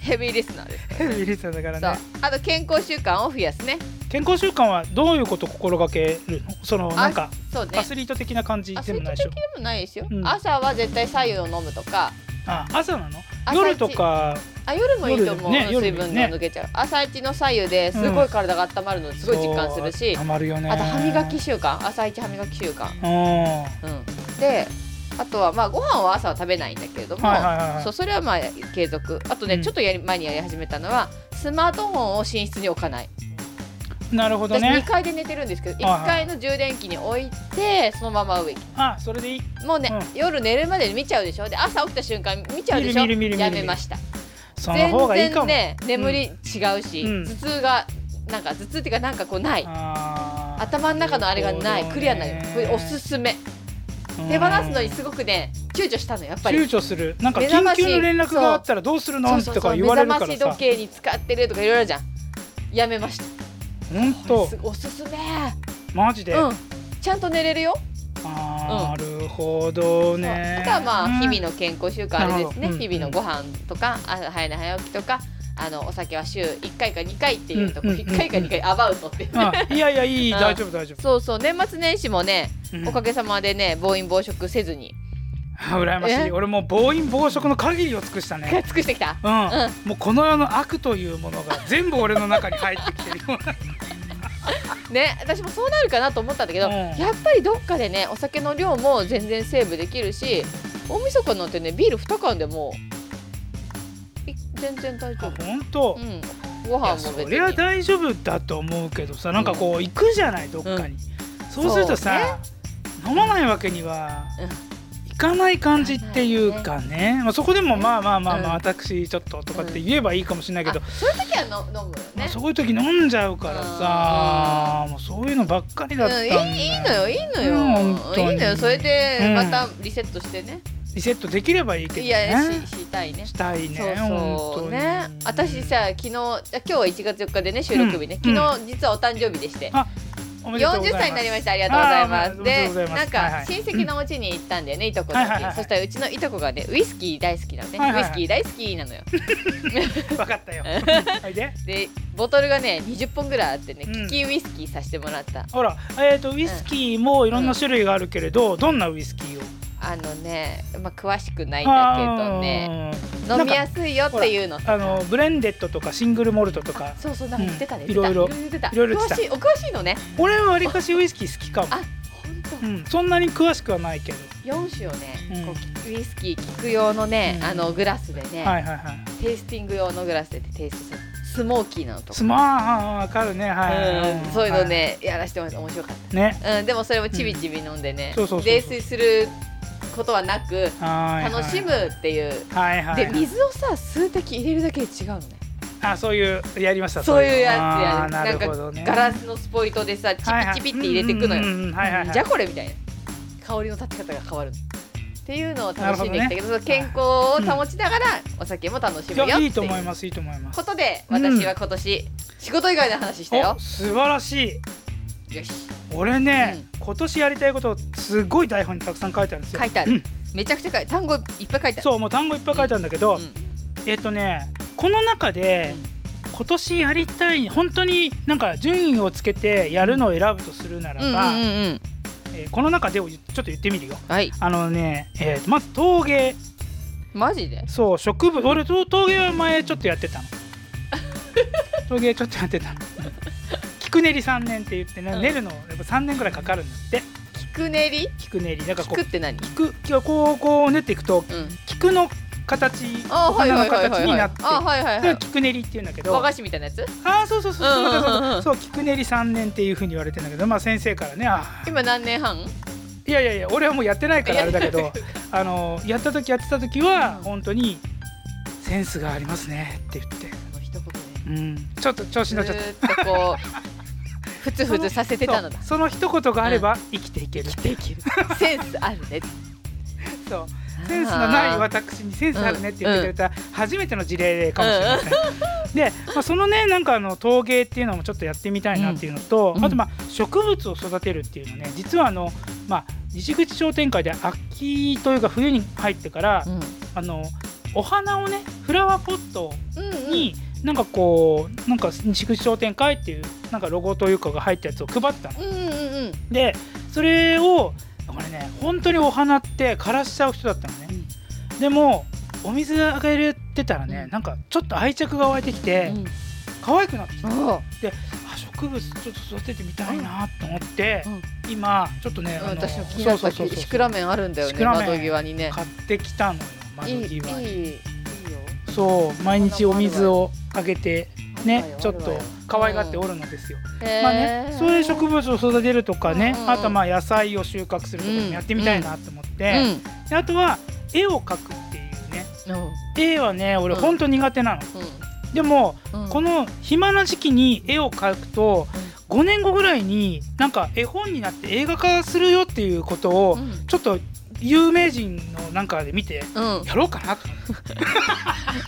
Speaker 2: ヘビーリスナーです
Speaker 1: ヘビリスナーだ
Speaker 2: そ
Speaker 1: から
Speaker 2: う
Speaker 1: ね。
Speaker 2: あと健康習慣を増やすね
Speaker 1: 健康習慣はどういうことを心がけるの？そのなんか
Speaker 2: そうね
Speaker 1: アスリート的な感じ
Speaker 2: ア
Speaker 1: で
Speaker 2: スリ
Speaker 1: も
Speaker 2: ー
Speaker 1: な
Speaker 2: ト
Speaker 1: いでしょ。
Speaker 2: 的でもないですよ、
Speaker 1: うん
Speaker 2: 朝は絶対白湯を飲むとか
Speaker 1: あ、朝なの？
Speaker 2: 朝一
Speaker 1: 夜とか
Speaker 2: あ夜もいいと思う、
Speaker 1: 夜だよね
Speaker 2: 水分
Speaker 1: 夜
Speaker 2: が
Speaker 1: だよね
Speaker 2: 抜けちゃう、朝一の白湯ですごい体が温まるのすごい実感するし、
Speaker 1: たまるよね
Speaker 2: あと歯磨き習慣朝一歯磨き習慣、
Speaker 1: うんは
Speaker 2: うん、であとはまあご飯は朝は食べないんだけれど
Speaker 1: い
Speaker 2: も、
Speaker 1: はいはい
Speaker 2: そうそれはまあ継続あとね、
Speaker 1: うん
Speaker 2: ちょっとやり前にやり始めたのはスマートフォンを寝室に置かない
Speaker 1: なるほど
Speaker 2: 私2
Speaker 1: ね
Speaker 2: 階で寝てるんですけど
Speaker 1: はいはい
Speaker 2: 1階の充電器に置いてそのまま上
Speaker 1: あそれでいい
Speaker 2: もうね、
Speaker 1: う
Speaker 2: 夜寝るまでに見ちゃうでしょで朝起きた瞬間見ちゃうでしょ
Speaker 1: 見る見る見る見る
Speaker 2: やめました
Speaker 1: その方がいいかも、
Speaker 2: 全然ね眠り違うし、
Speaker 1: うん
Speaker 2: 頭痛がなんか頭痛っていうかなんかこうない
Speaker 1: あー
Speaker 2: 頭の中のあれがない、クリアになるこれおすすめ手放すのにすごくね躊躇したのやっぱり
Speaker 1: 躊躇するなんか
Speaker 2: 目覚ま
Speaker 1: 緊
Speaker 2: し
Speaker 1: 急の連絡があったらどうする
Speaker 2: そ
Speaker 1: の
Speaker 2: うそう
Speaker 1: と
Speaker 2: そ
Speaker 1: か
Speaker 2: う
Speaker 1: 言
Speaker 2: 目
Speaker 1: われ
Speaker 2: 覚
Speaker 1: るか
Speaker 2: まし
Speaker 1: ら
Speaker 2: 時
Speaker 1: さ
Speaker 2: 計に使ってるとかいろいろあるじゃんやめました
Speaker 1: 本当
Speaker 2: すおすすめ
Speaker 1: マジで、
Speaker 2: うんちゃんと寝れるよ、
Speaker 1: あーなるほど
Speaker 2: そう
Speaker 1: ね
Speaker 2: あとはまあ
Speaker 1: うん
Speaker 2: 日々の健康習慣あれです
Speaker 1: な
Speaker 2: ね、
Speaker 1: るほどうん
Speaker 2: 日々のご飯とかあ早寝早起きとかあのお酒は週1回か2回っていうとこ、
Speaker 1: うんうんうん
Speaker 2: 1回か2回アバウトっていうね、
Speaker 1: あいやいやいい
Speaker 2: うん
Speaker 1: 大丈夫大丈
Speaker 2: そうそう年末年始もね、
Speaker 1: 夫、うん
Speaker 2: おかげさまでね暴飲暴食せずに
Speaker 1: あ羨まし
Speaker 2: え
Speaker 1: い俺もう暴飲暴食の限りを尽くした
Speaker 2: 尽
Speaker 1: ね
Speaker 2: くしてきた
Speaker 1: うん、
Speaker 2: [laughs] う
Speaker 1: もうこの世の悪というものが全部俺の中に入ってきてるような
Speaker 2: ね私もそうなるかなと思ったんだけど、
Speaker 1: うん
Speaker 2: やっぱりどっかでねお酒の量も全然セーブできるし大晦日なんてねビール2缶でもうい全然大丈
Speaker 1: あ [laughs]
Speaker 2: 夫、
Speaker 1: 本当、
Speaker 2: うん、ご
Speaker 1: いや
Speaker 2: 飯も別
Speaker 1: そ
Speaker 2: に
Speaker 1: れは大丈夫だと思うけどさなんかこう行くじゃないどっかに、そうするとさ、飲まないわけには
Speaker 2: うん
Speaker 1: いかない感じっていうかねまあ、そこでもまあまあまあまあ、私ちょっととかって言えばいいかもしれないけど、
Speaker 2: あそういう時はの飲むよ
Speaker 1: まあ
Speaker 2: ね
Speaker 1: そういう時飲んじゃうからさ、もうそういうのばっかりだったん
Speaker 2: うん、い
Speaker 1: だ、
Speaker 2: いいいのよいいのよ、
Speaker 1: うん本当に
Speaker 2: いいのよそれ
Speaker 1: う
Speaker 2: で
Speaker 1: ん
Speaker 2: またリセットしてね、
Speaker 1: リセットできればいいけど
Speaker 2: いや
Speaker 1: ね
Speaker 2: ししたいね
Speaker 1: したいね
Speaker 2: そう
Speaker 1: 本
Speaker 2: そ
Speaker 1: 当
Speaker 2: う
Speaker 1: に
Speaker 2: ね私さ昨日あ今日は1月4日でね収録日ね、
Speaker 1: うん
Speaker 2: 昨日実はお誕生日でして、
Speaker 1: あおめでとう
Speaker 2: 40
Speaker 1: ござ
Speaker 2: 歳
Speaker 1: い
Speaker 2: に
Speaker 1: ま
Speaker 2: な
Speaker 1: す
Speaker 2: りましたありがとうございま
Speaker 1: あー
Speaker 2: す
Speaker 1: おめでとうござ
Speaker 2: で
Speaker 1: います
Speaker 2: なん
Speaker 1: はいは
Speaker 2: か
Speaker 1: い
Speaker 2: 親戚のお家に行ったんだよねいとこの
Speaker 1: はいはいは
Speaker 2: 家
Speaker 1: い
Speaker 2: そしたらうちのいとこがねウイスキー大好きなのね、
Speaker 1: はいはい
Speaker 2: ウイスキー大好きなのよ
Speaker 1: わか
Speaker 2: [laughs]
Speaker 1: ったよはいで
Speaker 2: でボトルがね20本ぐらいあってね、
Speaker 1: うん
Speaker 2: 利きウイスキーさせてもらった
Speaker 1: ほら、えー、とウイスキーもいろんな種類があるけれど、どんなウイスキーを
Speaker 2: あのね、まあ、詳しくないんだけどね
Speaker 1: あー
Speaker 2: 飲みやすいよっていうの
Speaker 1: あのブレンデッドとかシングルモルトとか
Speaker 2: そうそうなんか言ってたね、
Speaker 1: うんいろいろ
Speaker 2: 言ってた
Speaker 1: いろいろ言って
Speaker 2: 詳
Speaker 1: た
Speaker 2: しいお詳しいのね
Speaker 1: 俺はわりかしウイスキー好きかも
Speaker 2: あ、本当
Speaker 1: うん、そんなに詳しくはないけど、
Speaker 2: 4種をね、
Speaker 1: うん
Speaker 2: こうウイスキー菊用のね、
Speaker 1: うん
Speaker 2: あのグラスでね、
Speaker 1: はいはいはい
Speaker 2: テイスティング用のグラスでテイストするスモーキーなのとか
Speaker 1: スマーわかるねはいはい、
Speaker 2: うんそういうのね、やらせてもらって面白かっ
Speaker 1: はいね
Speaker 2: た、うん、でもそれもちびちび飲んでね、
Speaker 1: そうそうそうそう
Speaker 2: 泥酔することはなく
Speaker 1: はいはい
Speaker 2: 楽しむっていう
Speaker 1: はいはい
Speaker 2: で水をさ数滴入れるだけで違うのね
Speaker 1: あそういうやりました
Speaker 2: そういうや
Speaker 1: あー
Speaker 2: つや
Speaker 1: な
Speaker 2: ね
Speaker 1: るほ
Speaker 2: な
Speaker 1: ど
Speaker 2: ん
Speaker 1: ね
Speaker 2: かガラスのスポイトでさチ
Speaker 1: はいはい
Speaker 2: ピチピって入れていくのよ、
Speaker 1: うんうんうんはいはいはい
Speaker 2: じゃあこれみたいな香りの立ち方が変わるっていうのを楽しんできたけどその健康を保ちながらお酒も楽しむよっ
Speaker 1: いや
Speaker 2: て
Speaker 1: い
Speaker 2: い
Speaker 1: いと思いうますいいと思います
Speaker 2: ことで
Speaker 1: うん
Speaker 2: 私は今年仕事以外の話したよ
Speaker 1: お、素晴らしい
Speaker 2: よし
Speaker 1: 俺ね、今年やりたいことすごい台本にたくさん書いてあるんですよ
Speaker 2: 書いてあ
Speaker 1: う
Speaker 2: る
Speaker 1: ん
Speaker 2: めちゃくちゃ書い単語いっぱい書いてある
Speaker 1: そうもう単語いっぱい書いてあるんだけど、えっとねこの中で今年やりたい本当になんか順位をつけてやるのを選ぶとするなら
Speaker 2: うんうん
Speaker 1: ば、
Speaker 2: うんうんうん
Speaker 1: えーこの中でをちょっと言ってみるよ
Speaker 2: はい
Speaker 1: あのね、えーまず陶芸
Speaker 2: マジで
Speaker 1: そう植物俺と陶芸は前ちょっとやって
Speaker 2: [laughs]
Speaker 1: たの陶芸ちょっとやってたの菊練り3年って言ってね、
Speaker 2: うん
Speaker 1: 練るのやっぱ3年ぐらいかかるんだって
Speaker 2: 菊練り
Speaker 1: 菊練りなんかこ
Speaker 2: 菊って何う
Speaker 1: う菊こうこう練っていくと
Speaker 2: ん
Speaker 1: 菊の形
Speaker 2: あ
Speaker 1: お
Speaker 2: はい
Speaker 1: 花の
Speaker 2: はいはい
Speaker 1: 形
Speaker 2: はい
Speaker 1: に
Speaker 2: は
Speaker 1: ないって
Speaker 2: あはいはいは
Speaker 1: で
Speaker 2: い
Speaker 1: 菊練りっていうんだけど
Speaker 2: 和菓子みたいなやつ
Speaker 1: あーそうそうそうそう
Speaker 2: うんうんうんうん
Speaker 1: そうそうそう菊練り3年っていうふうに言われてんだけどまあ先生からねあー
Speaker 2: 今何年半
Speaker 1: いやいやいや俺はもうやってないからあれだけどあのやった時やってた時は
Speaker 2: うん
Speaker 1: 本当にセンスがありますねって言って、
Speaker 2: あの一言ね
Speaker 1: うん、ちょっと調子
Speaker 2: ず
Speaker 1: に乗っちゃっ
Speaker 2: ーっとこう
Speaker 1: [laughs]
Speaker 2: ふつふつさせてたのだ
Speaker 1: たその一言があれば生きていける、
Speaker 2: できるセンスあるね
Speaker 1: そうセンスのない
Speaker 2: わ
Speaker 1: 私にセンスあるねって言ってくれた初めての事例かもしれません、で、まあ、そのねなんかあの陶芸っていうのもちょっとやってみたいなっていうのと、
Speaker 2: うん
Speaker 1: あとまあ植物を育てるっていうのね実はあのまあ西口商店会で秋というか冬に入ってから、
Speaker 2: うん
Speaker 1: あのお花をねフラワーポット
Speaker 2: うんうん
Speaker 1: に、なんかこうなんか西口商店会っていうなんかロゴというかが入ったやつを配ったの。
Speaker 2: うんうんうん
Speaker 1: でそれをこれね本当にお花って枯らしちゃう人だったのね。でもお水が入れてたらね、
Speaker 2: うん
Speaker 1: なんかちょっと愛着が湧いてきて、
Speaker 2: うん
Speaker 1: 可愛くなってきた。
Speaker 2: おう
Speaker 1: あ植物ちょっと育ててみたいなと思って、
Speaker 2: うん
Speaker 1: 今ちょっとね、あの
Speaker 2: 私も気になっ
Speaker 1: そ
Speaker 2: た
Speaker 1: うそうそうそう
Speaker 2: シクラメンあるんだよ
Speaker 1: シ
Speaker 2: ね
Speaker 1: クラメン
Speaker 2: 窓際にね
Speaker 1: 買ってきたのよ窓
Speaker 2: いいいいいい
Speaker 1: 際に。
Speaker 2: いいよ
Speaker 1: そう毎日お水をあげてね
Speaker 2: あるわよ
Speaker 1: ちょっと可愛がっておるのですよ。まあ
Speaker 2: へ
Speaker 1: ね
Speaker 2: ー
Speaker 1: そういう植物を育てるとかね、
Speaker 2: うんうん
Speaker 1: あとまあ野菜を収穫するとかもやってみたいなと思って、であとは絵を描くっていうね
Speaker 2: うんうん
Speaker 1: 絵はね俺
Speaker 2: うん
Speaker 1: ほんと苦手なの。でも
Speaker 2: うんうん
Speaker 1: この暇な時期に絵を描くと5年後ぐらいになんか絵本になって映画化するよっていうことを
Speaker 2: うん
Speaker 1: ちょっと有名人のなんかで見て
Speaker 2: うん
Speaker 1: やろうかなと思って。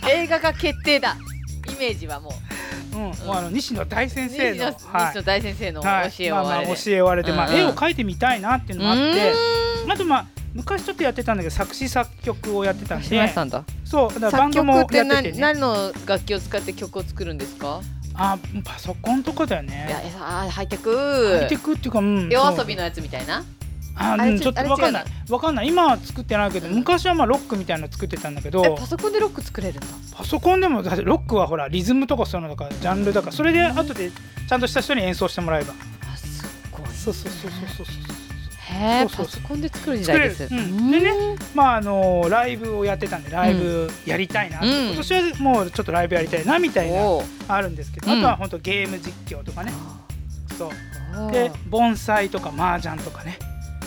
Speaker 2: 映画が決定だイメージはもう
Speaker 1: うん、もうあの西野大先生
Speaker 2: 西
Speaker 1: の
Speaker 2: 野西野大先生の教
Speaker 1: はい
Speaker 2: えを
Speaker 1: まあま
Speaker 2: あ
Speaker 1: あ
Speaker 2: れ
Speaker 1: 教
Speaker 2: で
Speaker 1: えをあれで、ま
Speaker 2: う
Speaker 1: あ、
Speaker 2: んうん
Speaker 1: 絵を描いてみたいなっていうのもあって
Speaker 2: う、
Speaker 1: あとまあ昔ちょっとやってたんだけど作詞作曲をやってたん
Speaker 2: しま
Speaker 1: で
Speaker 2: したんだ
Speaker 1: そうだからバ
Speaker 2: 作
Speaker 1: ンド
Speaker 2: 曲
Speaker 1: も
Speaker 2: っ
Speaker 1: や
Speaker 2: て
Speaker 1: って
Speaker 2: 何,、
Speaker 1: てね
Speaker 2: 何の楽器を使って曲を作るんですか、
Speaker 1: あパソコンとかだよ
Speaker 2: いや
Speaker 1: ね
Speaker 2: いやあーハイテク
Speaker 1: ハイテクっていうか、うん、
Speaker 2: 夜
Speaker 1: そ
Speaker 2: 遊
Speaker 1: う
Speaker 2: びのやつみたいな
Speaker 1: あ
Speaker 2: あ
Speaker 1: う
Speaker 2: れ
Speaker 1: ん
Speaker 2: ち
Speaker 1: ちょっと
Speaker 2: あれ
Speaker 1: わかんな
Speaker 2: 違
Speaker 1: いわかんない今は作ってないけど
Speaker 2: うん
Speaker 1: 昔はまあロックみたいなの作ってたんだけ
Speaker 2: え
Speaker 1: ど
Speaker 2: パソコンでロック作れるんだ
Speaker 1: パソコンでもだってロックはほらリズムとかそういうのとかジャンルだからそれで後でちゃんとした人に演奏してもらえば
Speaker 2: あすごい
Speaker 1: そうそうそうそうそうそう
Speaker 2: へ
Speaker 1: そ
Speaker 2: え
Speaker 1: うそ
Speaker 2: パ
Speaker 1: うそ
Speaker 2: ソコンで作る時代です、
Speaker 1: 作れるうんでねまああのライブをやってたんでライブやりたいな、
Speaker 2: うん
Speaker 1: 今年はもうちょっとライブやりたいなみたいな
Speaker 2: おー
Speaker 1: あるんですけど、
Speaker 2: うん
Speaker 1: あとは本当ゲーム実況とかねそう
Speaker 2: おー
Speaker 1: で盆栽とか麻雀とかね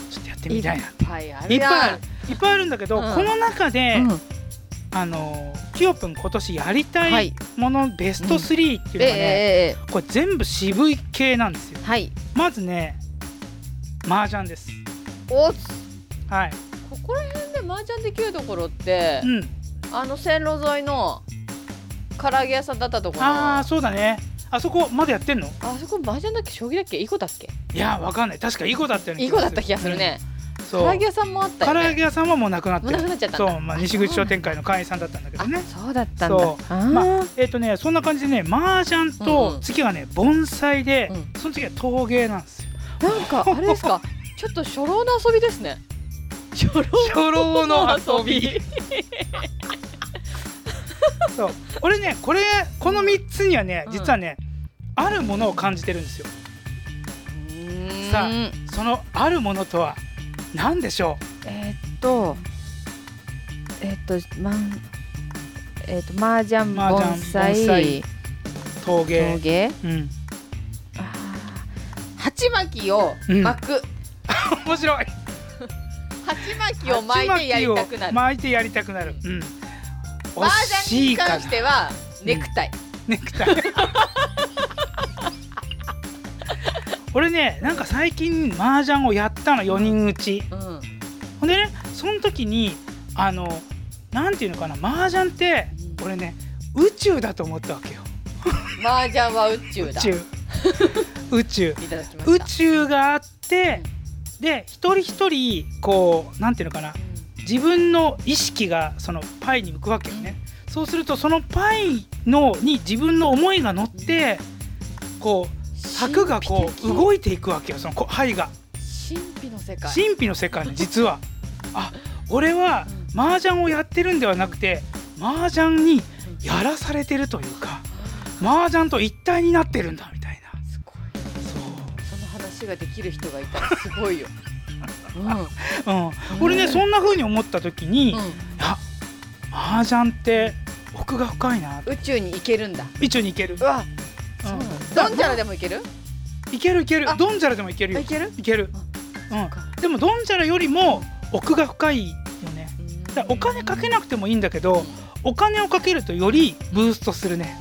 Speaker 1: ちょっとやって
Speaker 2: い
Speaker 1: み
Speaker 2: った
Speaker 1: いな
Speaker 2: ぱいある
Speaker 1: いっぱいあ
Speaker 2: や
Speaker 1: るいっぱいあるんだけど、
Speaker 2: うん
Speaker 1: この中で、
Speaker 2: ん
Speaker 1: あのキヨプン今年やりた
Speaker 2: はいい
Speaker 1: ものベスト3っていう
Speaker 2: ええ
Speaker 1: のがね、
Speaker 2: えええ
Speaker 1: これ全部渋い系なんですよ
Speaker 2: えはい
Speaker 1: まずね麻雀です
Speaker 2: おつ
Speaker 1: はい
Speaker 2: ここら辺で麻雀できるところって
Speaker 1: う、ん
Speaker 2: あの線路沿いの唐揚げ屋さんだったところ
Speaker 1: ああ
Speaker 2: あ
Speaker 1: ーそうだねあそこまだやってんの
Speaker 2: あそこ麻雀だっけ将棋だっけ囲碁だっけ
Speaker 1: いやわかんない確か囲碁だったよね
Speaker 2: 囲碁だった気がする、ね、
Speaker 1: うん
Speaker 2: 唐
Speaker 1: そう
Speaker 2: 揚げ屋さんもあった
Speaker 1: 唐
Speaker 2: よね
Speaker 1: 揚げ屋さんはもうなくなって
Speaker 2: もうなくなっちゃったんだ
Speaker 1: そう、まあ、西口商店会の会員さんだったんだけどね
Speaker 2: あそうだったんだ
Speaker 1: そう
Speaker 2: あー
Speaker 1: まえっ、とねそんな感じでね麻雀
Speaker 2: うんう
Speaker 1: と
Speaker 2: ん
Speaker 1: 次がね盆栽で、
Speaker 2: う
Speaker 1: その次は陶芸なんですよ
Speaker 2: なんかあれです
Speaker 1: [laughs]
Speaker 2: かちょっと初老の遊びですね初老
Speaker 1: 初老の遊びそう俺ねこれこの3つにはね
Speaker 2: うん
Speaker 1: 実はね、あるものを感じてるんですよさ
Speaker 2: さ
Speaker 1: あ
Speaker 2: あ
Speaker 1: そのあるものとは何でしょ
Speaker 2: えーっとえーっとまんえーっと麻雀
Speaker 1: 麻雀
Speaker 2: 盆栽
Speaker 1: 盆栽う陶
Speaker 2: 陶
Speaker 1: 芸
Speaker 2: 芸
Speaker 1: うん
Speaker 2: あー鉢巻きを巻く、
Speaker 1: 面白い
Speaker 2: 鉢巻きを巻いてやりたくなる。マ
Speaker 1: 巻いてやりたくなる。うん。惜
Speaker 2: ージャン
Speaker 1: し
Speaker 2: に
Speaker 1: いか
Speaker 2: 関
Speaker 1: な
Speaker 2: し。てはネクタイ。
Speaker 1: ネクタイ。 [laughs] 俺ね、なんか最近麻雀をやったの4人うち。
Speaker 2: うん。
Speaker 1: ほんでね、その時にあのなんていうのかな、麻雀って俺ね宇宙だと思ったわけよ。
Speaker 2: 麻雀は宇宙
Speaker 1: 宇
Speaker 2: だ。
Speaker 1: 宙。
Speaker 2: [laughs]
Speaker 1: 宇宙。
Speaker 2: いただきま
Speaker 1: 宇
Speaker 2: した。
Speaker 1: 宙があって、で一人一人こうなんていうのかな。自分の意識がそのパイに向くわけよねそうするとそのパイのに自分の思いが乗ってこう柵がこう動
Speaker 2: い
Speaker 1: いていくわけよそのこう牌が
Speaker 2: 神秘の世界。
Speaker 1: 神秘の世界に実はあ俺は麻雀をやってるんではなくて麻雀にやらされてるというか麻雀と一体になってるんだみたいな
Speaker 2: すごい。
Speaker 1: そ
Speaker 2: その話ができる人がいたらす
Speaker 1: [laughs]
Speaker 2: ごいよ。う
Speaker 1: う、うん、俺ねそんな風に思った時に、
Speaker 2: ん。うん。
Speaker 1: あ麻雀って奥が深いな
Speaker 2: 宇宙に行けるんだ。
Speaker 1: 一応に行ける
Speaker 2: うわ。
Speaker 1: うん
Speaker 2: そうなんだ。ドンジャラでも行ける？
Speaker 1: いけるいける
Speaker 2: あ
Speaker 1: ドンジャラでもいける
Speaker 2: あ
Speaker 1: よ
Speaker 2: 行ける？
Speaker 1: いける
Speaker 2: っか
Speaker 1: うんでもドンジャラよりも奥が深いよねだからお金かけなくてもいいんだけどお金をかけるとよりブーストするね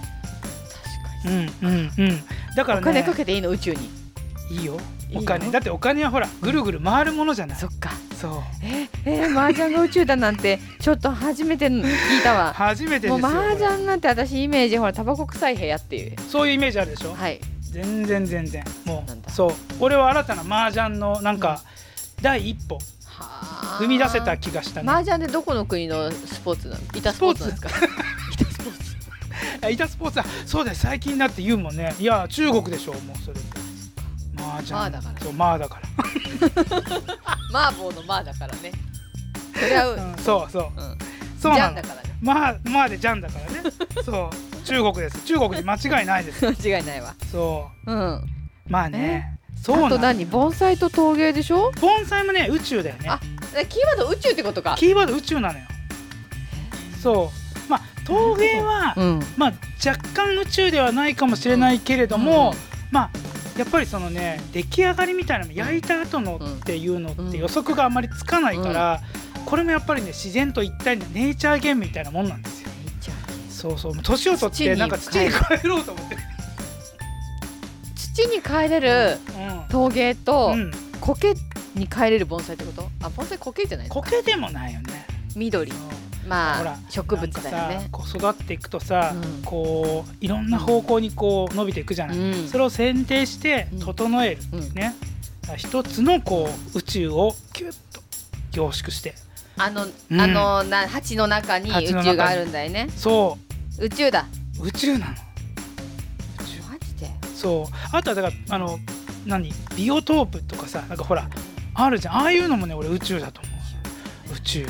Speaker 2: 確
Speaker 1: う
Speaker 2: か
Speaker 1: ん
Speaker 2: に。
Speaker 1: うんうんだから
Speaker 2: お金
Speaker 1: ね
Speaker 2: かけていいの宇宙に。
Speaker 1: いいよ
Speaker 2: いいよ
Speaker 1: お金だってお金はほらぐるぐる回るものじゃない
Speaker 2: そっか。
Speaker 1: そう
Speaker 2: えー、えー、麻雀が宇宙だなんてちょっと初めて聞いたわ。
Speaker 1: [laughs] 初めてで
Speaker 2: も
Speaker 1: す
Speaker 2: う
Speaker 1: よ
Speaker 2: 麻雀なんて私イメージほらタバコ臭い部屋っていう。
Speaker 1: そういうイメージあるでしょ
Speaker 2: はい。
Speaker 1: 全然全然も
Speaker 2: そうなんだ
Speaker 1: うそう俺は新たな麻雀のなんか第一歩
Speaker 2: はー
Speaker 1: 踏み出せた。気がしたね
Speaker 2: 麻雀でどこの国のスポーツなの？イタスポーツなんですか？イタスポーツ。
Speaker 1: あイタスポーツはそうだよ最近だって言うもんねいや中国でしょもうそれってまあじゃ
Speaker 2: まあ
Speaker 1: あ
Speaker 2: だから
Speaker 1: そうまあだから
Speaker 2: 麻婆の麻だからね。それは、う。
Speaker 1: うんそうそうんそう
Speaker 2: ジャ
Speaker 1: な
Speaker 2: ン
Speaker 1: の
Speaker 2: だからね。 [laughs]
Speaker 1: まあまあでジャンだからねそう中国です中国で間違いないです
Speaker 2: 間違いないわ。
Speaker 1: そ
Speaker 2: うん。
Speaker 1: うまあねそう
Speaker 2: あ
Speaker 1: な
Speaker 2: と
Speaker 1: の
Speaker 2: 何盆栽と陶芸でしょ
Speaker 1: 盆栽もね宇宙だよね
Speaker 2: あえキーワード宇宙ってことか
Speaker 1: キーワード宇宙なのよそうまあ陶芸は
Speaker 2: うん
Speaker 1: まあ若干宇宙ではないかもしれないけれども、まあやっぱりそのね出来上がりみたいなの焼いた後のっていうのって予測があんまりつかないから、これもやっぱりね自然と一体のネイチャーゲームみたいなもんなんですよ。そうそう年を取っ
Speaker 2: 土に
Speaker 1: てなんか土に帰ろうと思って。
Speaker 2: 土に帰れる陶芸と
Speaker 1: うん、うん、
Speaker 2: 苔に帰れる盆栽ってことあ盆栽苔じゃないの
Speaker 1: 苔でもないよね。
Speaker 2: 緑
Speaker 1: ほ
Speaker 2: ま
Speaker 1: ら
Speaker 2: あ植物だよ
Speaker 1: なん
Speaker 2: ね
Speaker 1: かさこう育っていくとさ、
Speaker 2: うん
Speaker 1: こういろんな方向にこう伸びていくじゃ
Speaker 2: う
Speaker 1: ない。
Speaker 2: ん
Speaker 1: それを選定して整える、
Speaker 2: うん
Speaker 1: ねだから一つのこう宇宙をキュッと凝縮して
Speaker 2: あの
Speaker 1: うん
Speaker 2: あのな鉢の中に
Speaker 1: 鉢の
Speaker 2: 宇
Speaker 1: 中に
Speaker 2: 宙があるんだよね
Speaker 1: そ
Speaker 2: 宇宙だ
Speaker 1: う宇宙なの
Speaker 2: マジで
Speaker 1: そうあとはだからあの何ビオトープとかさなんかほらあるじゃんああいうのもね俺宇宙だと思う宇宙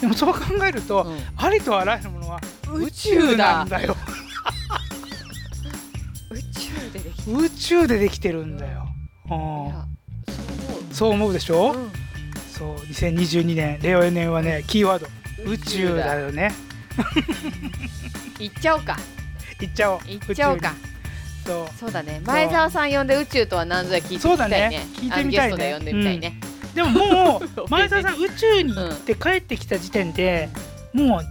Speaker 1: でもそう考えると、
Speaker 2: うん
Speaker 1: ありとあらゆるものは
Speaker 2: 宇
Speaker 1: 宇
Speaker 2: 宙
Speaker 1: 宙
Speaker 2: だ
Speaker 1: なんだよ
Speaker 2: 宇宙ででき
Speaker 1: 宇宙でできてるんだよ、
Speaker 2: たい
Speaker 1: うん
Speaker 2: やそう
Speaker 1: そう思うでしょ、
Speaker 2: 思ううん
Speaker 1: そう2022年令和4年はねキーワード宇宙だよね
Speaker 2: 行っちゃおうか
Speaker 1: 行っちゃおう
Speaker 2: 行っちゃおうか
Speaker 1: 宇宙にそう
Speaker 2: そうだね前澤さん呼んで宇宙とは何ぞや聞いてみ
Speaker 1: そう
Speaker 2: た
Speaker 1: だ
Speaker 2: い
Speaker 1: ね
Speaker 2: ね
Speaker 1: 聞いてみたいね
Speaker 2: あのゲストで呼んでみたいね
Speaker 1: でもも
Speaker 2: [laughs] OK
Speaker 1: う前澤さん宇宙に行って帰ってきた時点で、もう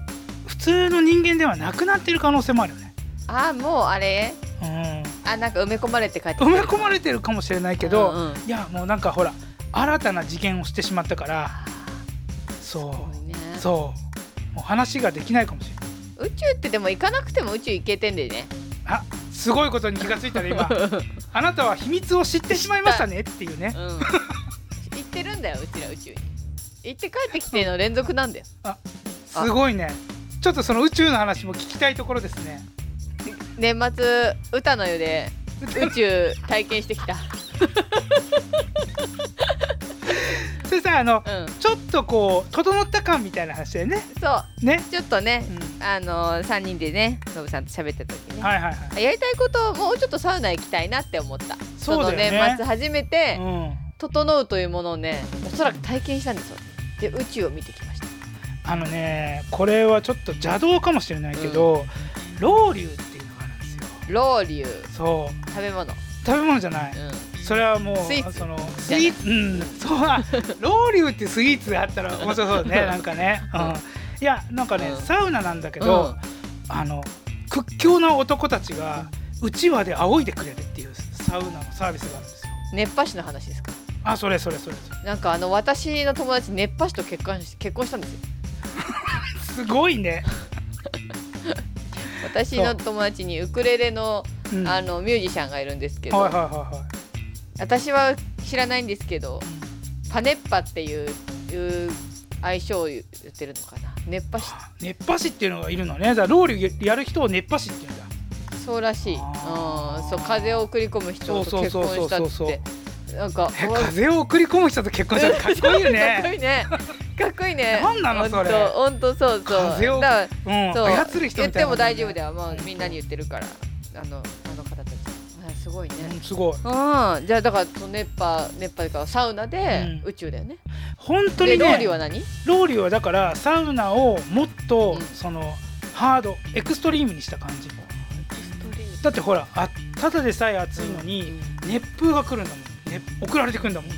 Speaker 1: 普通の人間ではなくなってる可能性もあるよね。
Speaker 2: ああもうあれ
Speaker 1: う
Speaker 2: あなんか埋め込まれて帰ってきた
Speaker 1: ん、埋め込まれてるかもしれないけど、
Speaker 2: うんうん
Speaker 1: いやもうなんかほら新たな次元をしてしまったから
Speaker 2: あー
Speaker 1: そ
Speaker 2: すごいね
Speaker 1: うそうもう話ができないかもしれない。
Speaker 2: 宇宙ってでも行かなくても宇宙行けてんでね
Speaker 1: あすごいことに気がついたね
Speaker 2: [laughs]
Speaker 1: 今あなたは秘密を知ってしまいましたねっていうね
Speaker 2: うん行ってるんだようちら宇宙に行って帰ってきての連続なんだよ
Speaker 1: すごいねちょっとその宇宙の話も聞きたいところですね
Speaker 2: 年末歌の湯
Speaker 1: [laughs]
Speaker 2: で宇宙体験してきた
Speaker 1: それさあの
Speaker 2: うん
Speaker 1: ちょっとこう整った感みたいな話だよね
Speaker 2: そ
Speaker 1: ね
Speaker 2: うちょっとね
Speaker 1: う
Speaker 2: あの3人でねノブさんと喋った時ね
Speaker 1: はいはいはい。
Speaker 2: やりたいことをもうちょっとサウナ行きたいなって思ったそ,、
Speaker 1: そうだよね
Speaker 2: の年末初めて、
Speaker 1: うん。
Speaker 2: 整うというものをねおそらく体験したんですよで宇宙を見てきました
Speaker 1: あのね、これはちょっと邪道かもしれないけど、老流っていうのがあるんですよ。
Speaker 2: ロウリュウ
Speaker 1: そ
Speaker 2: 食べ物、うん、
Speaker 1: う、食べ物じゃない。それはもう
Speaker 2: スイーツ
Speaker 1: そのスイーツうんそうあロウリュウってスイーツあったら面白そうだねなんかね、うん
Speaker 2: うん
Speaker 1: いやなんかね、
Speaker 2: うん
Speaker 1: サウナなんだけど、あの屈強な男たちがうちわで仰いでくれるっていうサウナのサービスがあるんですよ
Speaker 2: 熱波師の話ですか
Speaker 1: あそれそれそれそれ
Speaker 2: なんかあの私の友達熱波師と結婚し結婚したんですよ
Speaker 1: すごいね、
Speaker 2: 私の友達にウクレレの
Speaker 1: うん、
Speaker 2: あのミュージシャンがいるんですけど、
Speaker 1: はいはいはいはい
Speaker 2: 私は知らないんですけどパネッパっていういう愛称を言ってるのかな熱波師
Speaker 1: 熱波師っていうのがいるのねだからロウリュウやる人を熱波師っていうんだ
Speaker 2: そうらしい、うん、
Speaker 1: あー
Speaker 2: そう風を送り込む人と結婚した
Speaker 1: そうそうそうそう
Speaker 2: っ
Speaker 1: そう
Speaker 2: てなんか
Speaker 1: え風を送り込む人と結婚した [laughs] らかっこいいよ
Speaker 2: [laughs] かっこ
Speaker 1: ね
Speaker 2: いいねかっこいいね
Speaker 1: なんなのそれ
Speaker 2: 本当そうそう
Speaker 1: 風を
Speaker 2: だから
Speaker 1: うん
Speaker 2: そう
Speaker 1: 操る人
Speaker 2: 言
Speaker 1: み
Speaker 2: っ
Speaker 1: たい
Speaker 2: て
Speaker 1: な
Speaker 2: も大丈夫だ
Speaker 1: よ
Speaker 2: よ、まあ、みんなに言ってるからあのあの方たちあすごいね
Speaker 1: すごい
Speaker 2: うんじゃあだからその熱波熱波というかサウナで
Speaker 1: うん
Speaker 2: 宇宙だよね、
Speaker 1: 本当
Speaker 2: で
Speaker 1: に
Speaker 2: ローリー
Speaker 1: ね
Speaker 2: は何
Speaker 1: ロウリュウはだからサウナをもっと
Speaker 2: うん
Speaker 1: そのハードエクストリームにした感じだってほらあただでさえ暑いのに熱風が来るんだもん、ね、送られてくるんだもん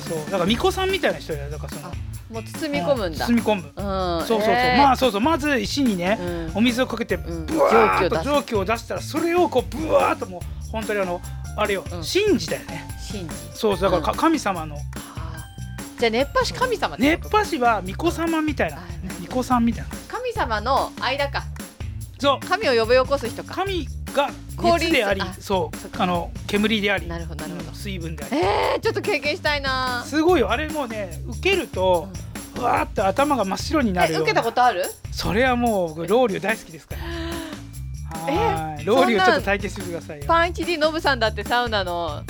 Speaker 1: そうだから巫女さんみたいな人だよだからその
Speaker 2: あもう包み込むんだ、
Speaker 1: 包み込む
Speaker 2: うん
Speaker 1: そうそうそう、
Speaker 2: えー
Speaker 1: まあそうそうまず石にね、
Speaker 2: うん
Speaker 1: お水をかけて
Speaker 2: ん
Speaker 1: ブワーッ
Speaker 2: 蒸気を出
Speaker 1: と
Speaker 2: す
Speaker 1: 蒸気を出したらそれをこうブワーッともう本当にあのあれよ、
Speaker 2: うん
Speaker 1: 神事だよね
Speaker 2: 神事
Speaker 1: そうそうだからか
Speaker 2: う
Speaker 1: 神様の
Speaker 2: あーじゃあ熱波師神様って
Speaker 1: 熱
Speaker 2: こと
Speaker 1: 波師は巫女様みたいな
Speaker 2: あなるほど
Speaker 1: 巫女さんみたいな
Speaker 2: 神様の間か
Speaker 1: そう
Speaker 2: 神を呼び起こす人か
Speaker 1: 神が
Speaker 2: 氷
Speaker 1: 熱であり
Speaker 2: あ
Speaker 1: そう
Speaker 2: そっか
Speaker 1: あの煙であり
Speaker 2: なるほどなるほど
Speaker 1: うん水分であり
Speaker 2: えー、ちょっと経験したいな
Speaker 1: すごいよあれもうね受けると、わーっと頭が真っ白にな
Speaker 2: え
Speaker 1: るよう
Speaker 2: 受
Speaker 1: な
Speaker 2: けたことある
Speaker 1: それはもう僕ロウリュ大好きですから
Speaker 2: え
Speaker 1: はーいロウリュ
Speaker 2: そんな
Speaker 1: ちょっと体験してみてくださいよ
Speaker 2: パン 1D ノブさんだってサウナの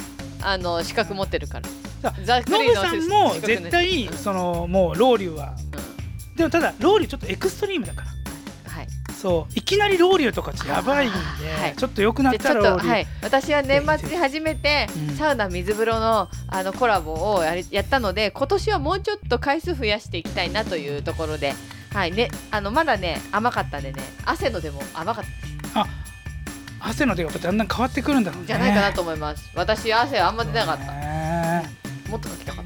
Speaker 2: あの資格持ってるから
Speaker 1: さ
Speaker 2: ざっく
Speaker 1: ノ
Speaker 2: り
Speaker 1: ブ
Speaker 2: の
Speaker 1: さん
Speaker 2: 資
Speaker 1: も
Speaker 2: 格ね
Speaker 1: 絶対
Speaker 2: うん
Speaker 1: そのもうロウリュはでもただロウリュちょっとエクストリームだから
Speaker 2: はい
Speaker 1: そういきなりロウリュとかちょっとやばいんで、
Speaker 2: はい
Speaker 1: ちょっと良くなっ
Speaker 2: でちょ
Speaker 1: た
Speaker 2: っ
Speaker 1: らロ
Speaker 2: と
Speaker 1: ウリュ、
Speaker 2: はい私は年末に初めて
Speaker 1: うん
Speaker 2: サウナ水風呂のあのコラボをやりやったので今年はもうちょっと回数増やしていきたいなというところではいねあのまだね甘かったんでね汗のでも甘かった
Speaker 1: 汗の出方だんだん変わってくるんだろうね
Speaker 2: んじゃないかなと思います私汗あんま出なかった
Speaker 1: ね
Speaker 2: もっとかきたかっ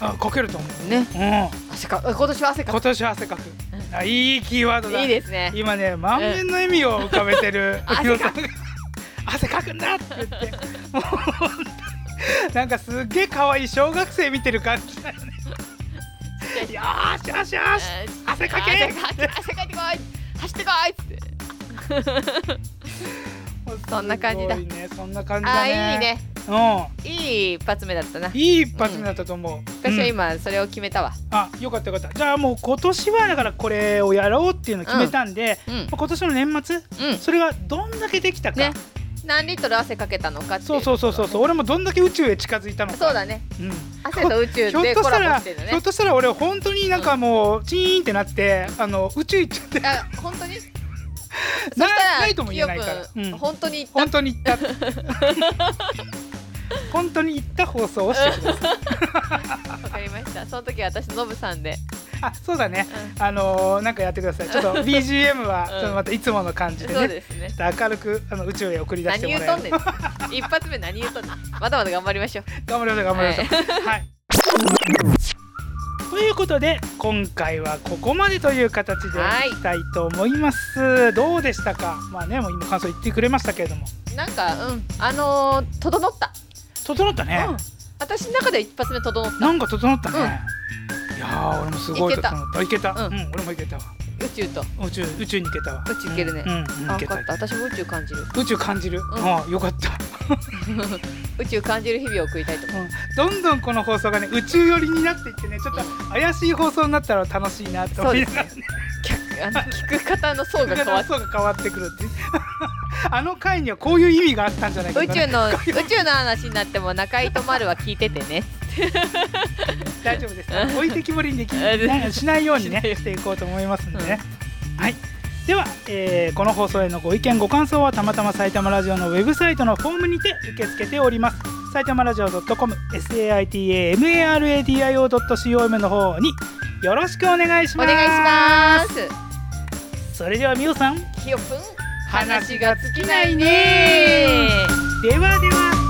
Speaker 1: あかけると思う
Speaker 2: ね
Speaker 1: うん
Speaker 2: た汗か今年は汗か
Speaker 1: 今年は汗かくあいいキーワードだ
Speaker 2: いいですね
Speaker 1: 今ね満面の笑みを浮かべてる
Speaker 2: うん
Speaker 1: お嬢さんが汗かくんだって言ってもう本当になんかすっげえ可愛い小学生見てる感じだよねよーしよしよし
Speaker 2: えー
Speaker 1: 汗かけ
Speaker 2: 汗かけ汗かいてこい走ってこいってそんな感じだ
Speaker 1: すごいねそんな感じ
Speaker 2: あ
Speaker 1: だ
Speaker 2: ー
Speaker 1: ね
Speaker 2: いいね
Speaker 1: う
Speaker 2: いい一発目だったなん
Speaker 1: いい一発になったと思う、
Speaker 2: 私は
Speaker 1: うん
Speaker 2: 今それを決めたわ
Speaker 1: あよかったよかったじゃあもう今年はだからこれをやろうっていうのを決めたんで、
Speaker 2: うんうん
Speaker 1: まあ今年の年末それがどんだけできたか、
Speaker 2: ね何リットル汗かけたのかっていう
Speaker 1: そうそうそうそうそう俺もどんだけ宇宙へ近づいたのか
Speaker 2: そうだね
Speaker 1: うん
Speaker 2: 汗と宇宙
Speaker 1: ひょっ
Speaker 2: で
Speaker 1: と
Speaker 2: コ
Speaker 1: した
Speaker 2: ラボ
Speaker 1: ら、
Speaker 2: してるの
Speaker 1: ひょ
Speaker 2: ね
Speaker 1: っとしたら俺本当になんかもうチーンってなってあの宇宙行っちゃ
Speaker 2: [laughs]
Speaker 1: って
Speaker 2: あ本当にそし
Speaker 1: な
Speaker 2: たら
Speaker 1: ないとも言えないから、
Speaker 2: キヨ君
Speaker 1: うん
Speaker 2: 本当に言っ
Speaker 1: 本当に行った [laughs] 本当に行った放送をしてください
Speaker 2: たわかりましたその時は私ノブさんで
Speaker 1: あそうだねあのー、なんかやってくださいちょっと BGM はちょっとまたいつもの感じで
Speaker 2: そう
Speaker 1: ね、
Speaker 2: ですね
Speaker 1: ちょっと明るくあの宇宙へ送り出し
Speaker 2: 何
Speaker 1: ても
Speaker 2: 言う
Speaker 1: らえ
Speaker 2: とん
Speaker 1: る
Speaker 2: ねん一発目何言うとんねんまだまだ頑張りましょう
Speaker 1: 頑張りましょう頑張りましょうはい、ということで今回はここまでという形で
Speaker 2: はい
Speaker 1: いきたいと思います、どうでしたかまあねもう今感想言ってくれましたけれども
Speaker 2: なんかうんあのー整った
Speaker 1: 整ったね、
Speaker 2: うん私の中で一発目整った
Speaker 1: なんか整ったね、いやー俺もすごい整ったいけた
Speaker 2: う
Speaker 1: うんん、俺もいけたわ
Speaker 2: 宇宙と
Speaker 1: 宇宙宇宙に行けたわ
Speaker 2: 宇宙行けるね
Speaker 1: うん、うんうん、
Speaker 2: あ
Speaker 1: 行
Speaker 2: 分
Speaker 1: け
Speaker 2: か
Speaker 1: た
Speaker 2: った私も宇宙感じる [laughs]
Speaker 1: 宇宙感じる、
Speaker 2: ん
Speaker 1: うん、よかった
Speaker 2: 宇宙感じる日々を送りたいと思う
Speaker 1: どんどんこの放送がね宇宙寄りになっていってねちょっと怪しい放送になったら楽しいなと思いながらね
Speaker 2: 客あ [laughs] の聞く方の層が変わ [laughs] っ
Speaker 1: 放送が変わってくるっていう [laughs] あの回にはこういう意味があったんじゃないか
Speaker 2: 宇
Speaker 1: な
Speaker 2: 宙の宇宙の話になっても中井と丸は聞いててね
Speaker 1: 大丈夫です置いてきぼりにでき
Speaker 2: あ
Speaker 1: なしないようにね
Speaker 2: しないよ
Speaker 1: していこうと思いますんでね、はいでは、えーこの放送へのご意見ご感想はたまたま埼玉ラジオのウェブサイトのフォームにて受け付けております埼玉ラジオ .com saitamaradio.com の方によろしくお願いし
Speaker 2: お
Speaker 1: ます
Speaker 2: 願いします
Speaker 1: それではみおさん
Speaker 2: すひよぷん
Speaker 1: 話が尽きないねではでは